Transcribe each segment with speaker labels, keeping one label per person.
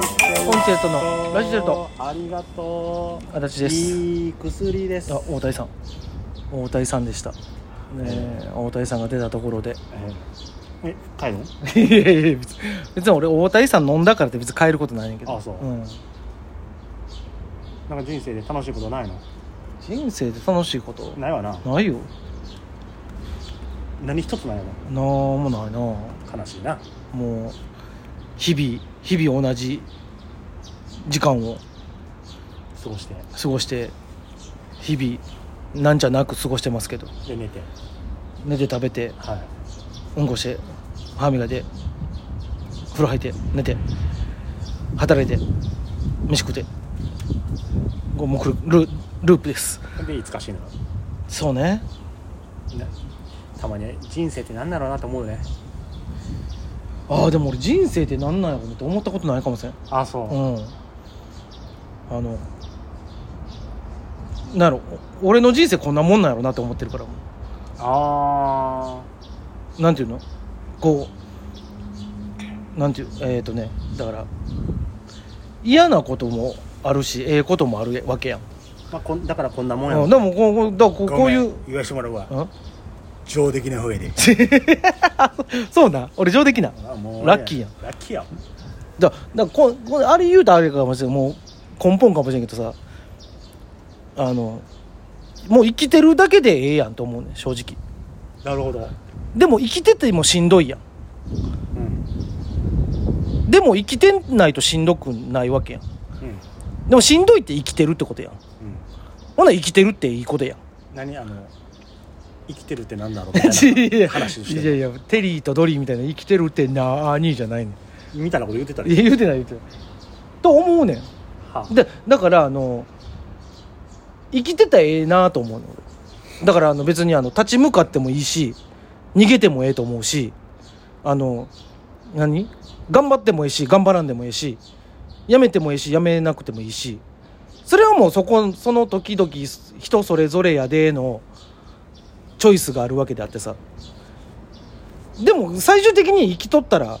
Speaker 1: チェルトのラジチェルト
Speaker 2: ありがとう
Speaker 1: 足立です
Speaker 2: いい薬です
Speaker 1: あ大谷さん大谷さんでした、ねえ大谷さんが出たところで
Speaker 2: ええ帰るの
Speaker 1: いやいやいや別に別に俺大谷さん飲んだからって別に変えることないねんけど、
Speaker 2: あそうんなんか人生で楽しいことないの
Speaker 1: 人生で楽しいこと
Speaker 2: ないわな
Speaker 1: ないよ
Speaker 2: 何一つないわ
Speaker 1: なんもないな
Speaker 2: 悲しいな
Speaker 1: もう日々日々同じ時間を
Speaker 2: 過ごして
Speaker 1: 過ごして日々なんじゃなく過ごしてますけど
Speaker 2: で寝て
Speaker 1: 寝て食べて
Speaker 2: はい
Speaker 1: うんこして歯磨いて風呂入って寝て働いて飯食ってこうもうこれルループです
Speaker 2: でいつか死ぬの
Speaker 1: そうね
Speaker 2: ねたまに人生って何だろうなと思うね
Speaker 1: ああでも俺人生ってなんなんやろうって思ったことないかもしれん
Speaker 2: あそうう、
Speaker 1: んあのなんやろ俺の人生こんなもんなんやろなって思ってるから
Speaker 2: あ
Speaker 1: なんていうのこうなんていうえっ、とねだから嫌なこともあるしええこともあるわけやん
Speaker 2: ー、まあ、こんだからこんなもんや
Speaker 1: うん、でもこうこうだからこうこういう
Speaker 2: ごめん言わしてもらうわ
Speaker 1: うん
Speaker 2: 上出来な上で
Speaker 1: そうなん俺上出来なん
Speaker 2: あもう
Speaker 1: ラッキーやん
Speaker 2: ラッキーやん
Speaker 1: だだからこんこんあれ言うたらあれかもしれんもう根本かもしれんけどさあのもう生きてるだけでええやんと思うね正直
Speaker 2: なるほど、
Speaker 1: でも生きててもしんどいやん
Speaker 2: うん
Speaker 1: でも生きてないとしんどくないわけやん
Speaker 2: うん
Speaker 1: でもしんどいって生きてるってことやん
Speaker 2: うん、
Speaker 1: ほな生きてるっていいことやん
Speaker 2: 何あの生きてるって何だろうみた
Speaker 1: い
Speaker 2: い
Speaker 1: や
Speaker 2: な話をし
Speaker 1: いや
Speaker 2: て
Speaker 1: いやテリーとドリーみたいな生きてるってなあにじゃないね
Speaker 2: みたいなこと言ってたら
Speaker 1: んいや言うてない言うてないと思うねん
Speaker 2: はあ
Speaker 1: でだからあの生きてたらええなと思うの俺だからあの別にあの立ち向かってもいいし逃げてもええと思うしあの何頑張ってもええし頑張らんでもええしやめてもええしやめなくてもいいしそれはもうそこその時々人それぞれやでのチョイスがあるわけであってさでも最終的に生きとったら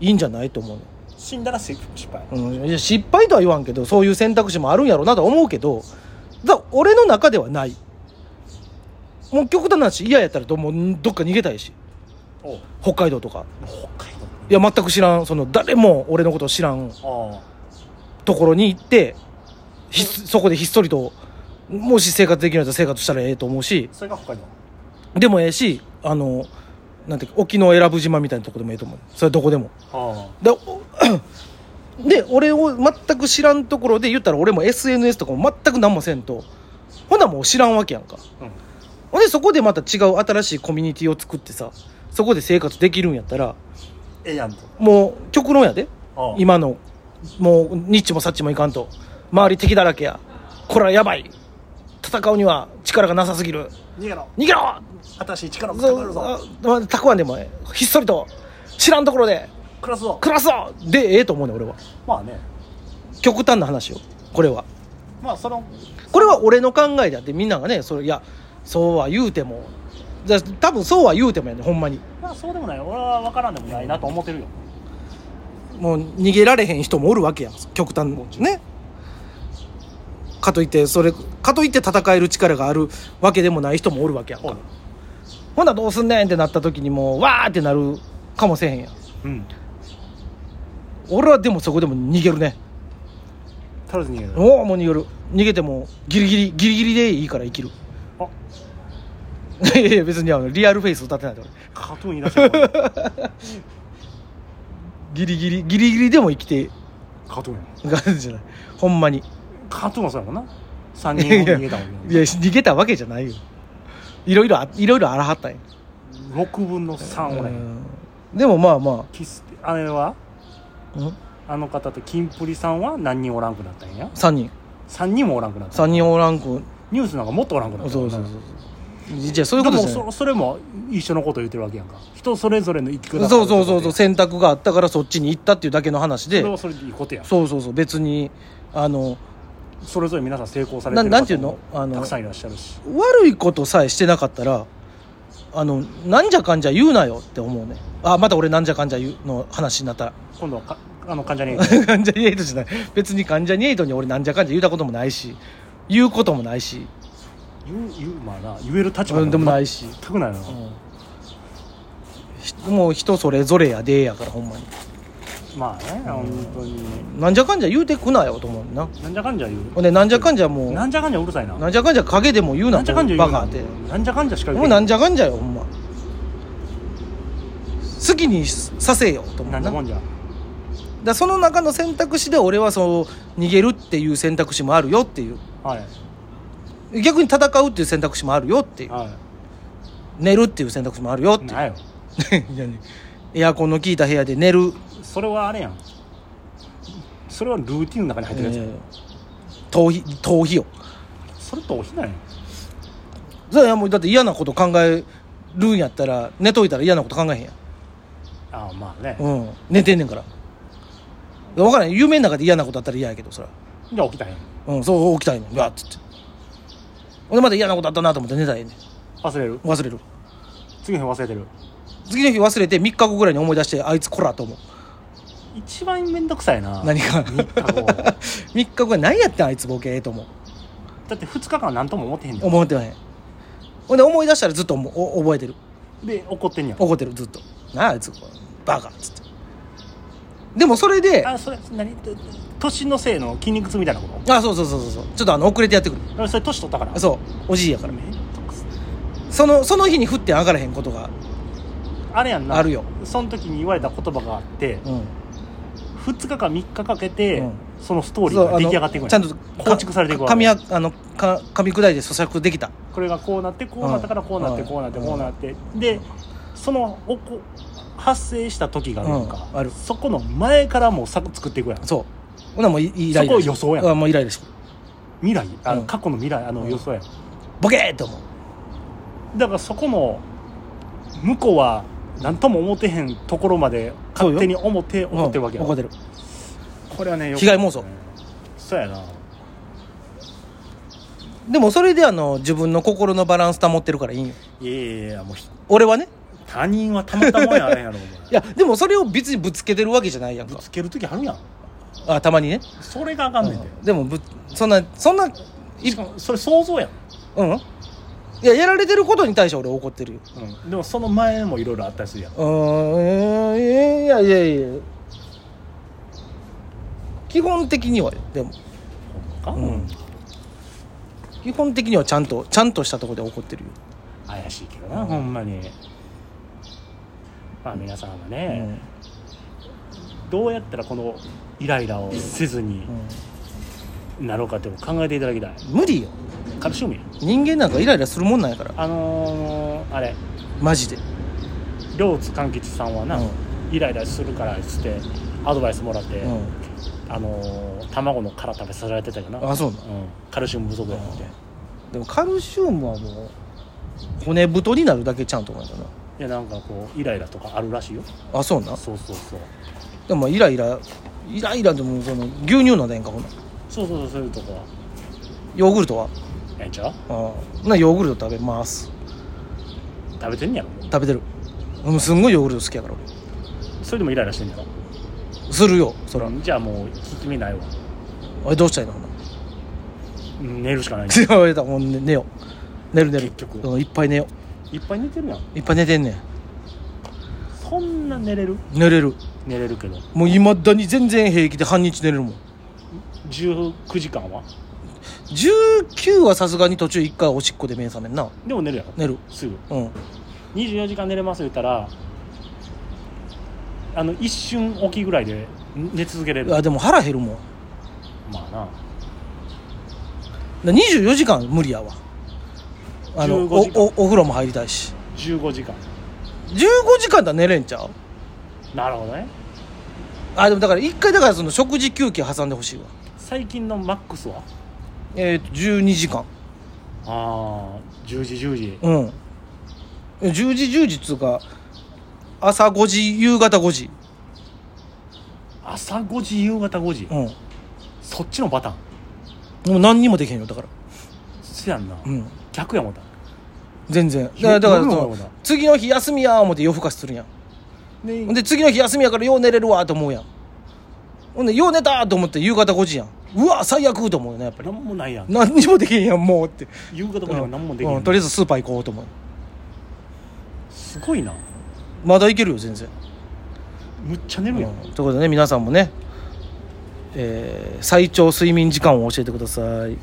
Speaker 1: いいんじゃないと思うの
Speaker 2: 死んだら失失敗
Speaker 1: うん、いや失敗とは言わんけどそういう選択肢もあるんやろうなとは思うけどだ俺の中ではないもう極端な話嫌やったらどもうどっか逃げたいし
Speaker 2: おう
Speaker 1: 北海道とか
Speaker 2: 北海
Speaker 1: いや全く知らんその誰も俺のことを知らん
Speaker 2: 道あ
Speaker 1: ところに行ってひそこでひっそりともし生活できないと生活したらええと思うし
Speaker 2: あそれが北海道
Speaker 1: でもええしあのなんていうか沖永良部島みたいなとこでもええと思うそれはどこでも
Speaker 2: あ
Speaker 1: でお で俺を全く知らんところで言ったら俺も SNS とかも全く何もせんとほなもう知らんわけやんか
Speaker 2: あうん
Speaker 1: ほんでそこでまた違う新しいコミュニティを作ってさそこで生活できるんやったら
Speaker 2: ええやんと
Speaker 1: もう極論やで
Speaker 2: ああ
Speaker 1: 今のもうニッチもサッチもいかんと周り敵だらけやこれはやばい戦うには力がなさすぎる
Speaker 2: 逃げろ
Speaker 1: 逃げろ
Speaker 2: 私力を
Speaker 1: そ
Speaker 2: 蓄える
Speaker 1: う
Speaker 2: ぞ
Speaker 1: あたくわんでもええひっそりと知らんところで
Speaker 2: 暮らすぞ
Speaker 1: 暮らそうでええと思うねん俺は
Speaker 2: まあね
Speaker 1: 極端な話よこれは
Speaker 2: まあその
Speaker 1: これは俺の考えであってみんながねそれいやそうは言うてもじゃあ多分そうは言うてもやねほんまに
Speaker 2: まあそうでもない俺は分からんでもないなと思ってるよ
Speaker 1: もう逃げられへん人もおるわけやん極端もねかといってそれかといって戦える力があるわけでもない人もおるわけやんか
Speaker 2: おう
Speaker 1: ほんならどうすんねんってなった時にもうわーってなるかもせえへんやん
Speaker 2: うん
Speaker 1: 俺はでもそこでも逃げるね
Speaker 2: とりあえず逃げる
Speaker 1: おおもう逃げる逃げてもギリギリギリギリでいいから生きる
Speaker 2: あ
Speaker 1: いやいや別にあのリアルフェイス歌ってないで俺
Speaker 2: カートゥーンいらっしゃる カ
Speaker 1: ギリギリギリギリでも生きて
Speaker 2: ートゥーンや
Speaker 1: がじゃないほんまに
Speaker 2: カートゥーンはそうやもんな3
Speaker 1: い
Speaker 2: 人
Speaker 1: やい
Speaker 2: も逃
Speaker 1: や
Speaker 2: げたもんね
Speaker 1: 逃げたわけじゃないよいろいろあいろいろあらはったんや
Speaker 2: 6分の3俺
Speaker 1: うんでもまあま
Speaker 2: キスあれは
Speaker 1: あん
Speaker 2: あの方とキンプリさんは何人おらんくなったんや
Speaker 1: 3人
Speaker 2: 3人もおらんくなった
Speaker 1: 3人おらんく
Speaker 2: ニュースなんかもっとおらんくなった
Speaker 1: そ
Speaker 2: もん
Speaker 1: う
Speaker 2: な
Speaker 1: そうそうそうじゃあそういうこと
Speaker 2: で
Speaker 1: じゃ
Speaker 2: も
Speaker 1: ない
Speaker 2: そそれも一緒のこと言ってるわけやんか人それぞれの生き方
Speaker 1: そうそうそうそ
Speaker 2: そ
Speaker 1: う選択があったからそっちに行ったっていうだけの話で
Speaker 2: れはそれでいいことやん
Speaker 1: そうそうそう別にあの
Speaker 2: それぞれ皆さん成功されてる
Speaker 1: ななんていうの
Speaker 2: 方も
Speaker 1: あの
Speaker 2: たくさんいらっしゃるし
Speaker 1: 悪いことさえしてなかったらあのなんじゃかんじゃ言うなよって思うねあまた俺なんじゃかんじゃ言うの話になった
Speaker 2: 今度はかあの関 ジャニ∞
Speaker 1: 関ジャニエイトじゃない別に関ジャニエイトに俺なんじゃかんじゃ言うたこともないし言うこともないし、
Speaker 2: 言う言うまあな言える立
Speaker 1: う
Speaker 2: 場
Speaker 1: ん、でもないし、
Speaker 2: 全くないな、
Speaker 1: うんひもう人それぞれやでやからほんまに
Speaker 2: まあね本当に
Speaker 1: なんじゃかんじゃ言うてくなよと思うねんな
Speaker 2: なんじゃかんじゃ言
Speaker 1: ほんでなんじゃかんじゃも
Speaker 2: う
Speaker 1: う
Speaker 2: なんじゃかんじゃうるさいな
Speaker 1: なんじゃかんじゃ陰でも言う
Speaker 2: な
Speaker 1: なん
Speaker 2: じゃかんじゃ言
Speaker 1: バ
Speaker 2: うな
Speaker 1: カって
Speaker 2: なんじゃかんじゃしか言う
Speaker 1: もうなん
Speaker 2: じ
Speaker 1: じゃかんじゃよほんま好きにさせよと思う
Speaker 2: なんじ
Speaker 1: な
Speaker 2: ゃかんじゃ
Speaker 1: だその中の選択肢で俺はそう逃げるっていう選択肢もあるよっていう
Speaker 2: はい
Speaker 1: 逆に戦うっていう選択肢もあるよっていう
Speaker 2: は
Speaker 1: 寝るっていう選択肢もあるよっ
Speaker 2: いな
Speaker 1: て
Speaker 2: んやよ
Speaker 1: いういやねエアコンの効いた部屋で寝る、
Speaker 2: それはあれやんそれはルーティンの中に入ってるやつやん、
Speaker 1: えー逃避逃避よ
Speaker 2: それとおひなんやん
Speaker 1: それはもうだって嫌なこと考えるんやったら寝といたら嫌なこと考えへんやん
Speaker 2: ああまあね、
Speaker 1: うん寝てんねんから分からん夢の中で嫌なことあったら嫌やけどそら
Speaker 2: じゃあ起きたへん
Speaker 1: うんそう起きたいねんバーっつってほんでまた嫌なことあったなと思って寝たらええね
Speaker 2: 忘れる
Speaker 1: ん忘れる
Speaker 2: 次の日忘れてる
Speaker 1: 次の日忘れて3日後ぐらいに思い出してあいつこらと思う
Speaker 2: 一番めんどくさいな
Speaker 1: 何か
Speaker 2: 三日後だ
Speaker 1: 3日後ぐらい何やってんあいつボケと思う
Speaker 2: って2日間何とも思ってへんね
Speaker 1: 思ってないほんで思い出したらずっともうお覚えてる
Speaker 2: んで怒ってんねやん
Speaker 1: 怒ってるずっとなああいつバカっつってでもそれであ
Speaker 2: あそれ何と年のせいの筋肉痛みたいなこと
Speaker 1: そうそうそうそうそうちょっとあの遅れてやってくる
Speaker 2: あそれ年取ったから
Speaker 1: そうおじいやから
Speaker 2: めんどくさい
Speaker 1: そのその日に降って上がらへんことが
Speaker 2: あれやんな
Speaker 1: あるよ
Speaker 2: その時に言われた言葉があって
Speaker 1: うん
Speaker 2: 2日か3日かけて、
Speaker 1: うん
Speaker 2: そのストーリ
Speaker 1: そう
Speaker 2: ーが
Speaker 1: あの
Speaker 2: 出来上がっていくんや
Speaker 1: ちゃんと
Speaker 2: 構築されていくわ
Speaker 1: か噛み
Speaker 2: け
Speaker 1: ああのか噛み砕いて咀嚼できた
Speaker 2: これがこうなってこうなったから
Speaker 1: うん
Speaker 2: こうなって
Speaker 1: うん
Speaker 2: こうなって
Speaker 1: うん
Speaker 2: こうなってでそのおこ発生した時があるやんか、
Speaker 1: うんある
Speaker 2: そこの前からもう作作っていくやん
Speaker 1: そうほなもうイイライラ
Speaker 2: そこ予想やん
Speaker 1: あもうイライラしてくる
Speaker 2: 未来あの、
Speaker 1: うん
Speaker 2: 過去の未来あの
Speaker 1: うん
Speaker 2: 予想やん、
Speaker 1: ボケーって思う
Speaker 2: だからそこの向こうは何とも思ってへんところまで勝手に思って
Speaker 1: うん
Speaker 2: 思ってるわけやん、
Speaker 1: 怒ってる
Speaker 2: これはねよく
Speaker 1: 被害妄想
Speaker 2: そうやな
Speaker 1: でもそれであの自分の心のバランス保ってるからいいんよ
Speaker 2: いやいやいやもうひ
Speaker 1: 俺はね
Speaker 2: 他人はたまったもんやあれやろ お前
Speaker 1: いやでもそれを別にぶつけてるわけじゃないやん
Speaker 2: ぶ
Speaker 1: か
Speaker 2: つける時あるやん
Speaker 1: あたまにね、
Speaker 2: それがあかんねんて、
Speaker 1: うんでもぶそんなそんない
Speaker 2: しかもそれ想像やん、
Speaker 1: うんいややられてることに対して俺怒ってるよ
Speaker 2: でもその前もいろいろあったりするやん
Speaker 1: うーんいやいやいやいや基本的にはよでも
Speaker 2: か、
Speaker 1: うん基本的にはちゃんとちゃんとしたところで怒ってるよ
Speaker 2: 怪しいけどな、ほんまにまあ皆さんはね、どうやったらこのイライラをせずに
Speaker 1: うん
Speaker 2: なろうかって考えていただきたい
Speaker 1: 無理よ
Speaker 2: カルシウムや
Speaker 1: 人間なんかイライラするもんなんやから
Speaker 2: あのー、あれ
Speaker 1: マジで
Speaker 2: 両津勘吉さんはな、
Speaker 1: うん
Speaker 2: イライラするからっつってアドバイスもらって、
Speaker 1: うん
Speaker 2: あのー、卵の殻食べさせられてたよな
Speaker 1: あそうな
Speaker 2: うん、カルシウム不足やって、
Speaker 1: でもカルシウムはもう骨太になるだけちゃうんと思うんだよ
Speaker 2: いやなんかこうイライラとかあるらしいよ
Speaker 1: なあそうな
Speaker 2: そうそうそう
Speaker 1: でもまあイライライライラでもその牛乳飲んだらええんかほな
Speaker 2: そうそうそうそういうとこは
Speaker 1: ヨーグルトは
Speaker 2: ええんちゃう
Speaker 1: ああなヨーグルト食べます
Speaker 2: 食べてんねやろ
Speaker 1: 食べてるうんすんごいヨーグルト好きやから
Speaker 2: それでもイライラしてんねやろ
Speaker 1: 俺するよそら、
Speaker 2: じゃあもう効き目ないわ
Speaker 1: あれどうしたいのほな
Speaker 2: うん寝るしかない
Speaker 1: 言われたもんね寝よう寝る寝る
Speaker 2: 結局
Speaker 1: うんいっぱい寝よ
Speaker 2: いっぱい寝てるやん
Speaker 1: ういっぱい寝てんねん
Speaker 2: そんな寝れる
Speaker 1: 寝れる
Speaker 2: 寝れるけど
Speaker 1: もういまだに全然平気で半日寝れるもん
Speaker 2: 19時間は
Speaker 1: 19はさすがに途中1回おしっこで目覚めんな
Speaker 2: でも寝るやろ
Speaker 1: 寝る
Speaker 2: すぐ
Speaker 1: うん
Speaker 2: 24時間寝れます言ったらあの一瞬起きぐらいで寝続けれる
Speaker 1: あでも腹減るもん
Speaker 2: まあな
Speaker 1: だ24時間無理やわあの
Speaker 2: 15
Speaker 1: お
Speaker 2: 時間
Speaker 1: おお風呂も入りたいし
Speaker 2: 15時間
Speaker 1: 15時間だ寝れんちゃう
Speaker 2: なるほどね
Speaker 1: あでもだから1回だからその食事休憩挟んでほしいわ
Speaker 2: 最近のマックスは
Speaker 1: えっ、と12時間
Speaker 2: ああ10時10時
Speaker 1: うん10時10時っつうか朝5時夕方5時
Speaker 2: 朝5時夕方5時、
Speaker 1: うん
Speaker 2: そっちのパターン
Speaker 1: もう何にもできへんよだから
Speaker 2: そやんな、
Speaker 1: うん
Speaker 2: 逆やもんだ
Speaker 1: 全然だ
Speaker 2: ひ
Speaker 1: からだからそ
Speaker 2: 夜の方
Speaker 1: の
Speaker 2: だ
Speaker 1: 次の日休みや思って夜更かしするやん
Speaker 2: で
Speaker 1: で次の日休みやからよう寝れるわと思うやんほんでよう寝たと思って夕方5時やんうわ最悪と思うよねやっぱり
Speaker 2: 何もないやん
Speaker 1: 何にもできへんやんもうって
Speaker 2: 夕方までは何もでき
Speaker 1: う
Speaker 2: なんい、
Speaker 1: うんとりあえずスーパー行こうと思う
Speaker 2: すごいな
Speaker 1: まだ行けるよ全然、
Speaker 2: むっちゃ寝るやん、
Speaker 1: うんということでね皆さんもね、えー最長睡眠時間を教えてください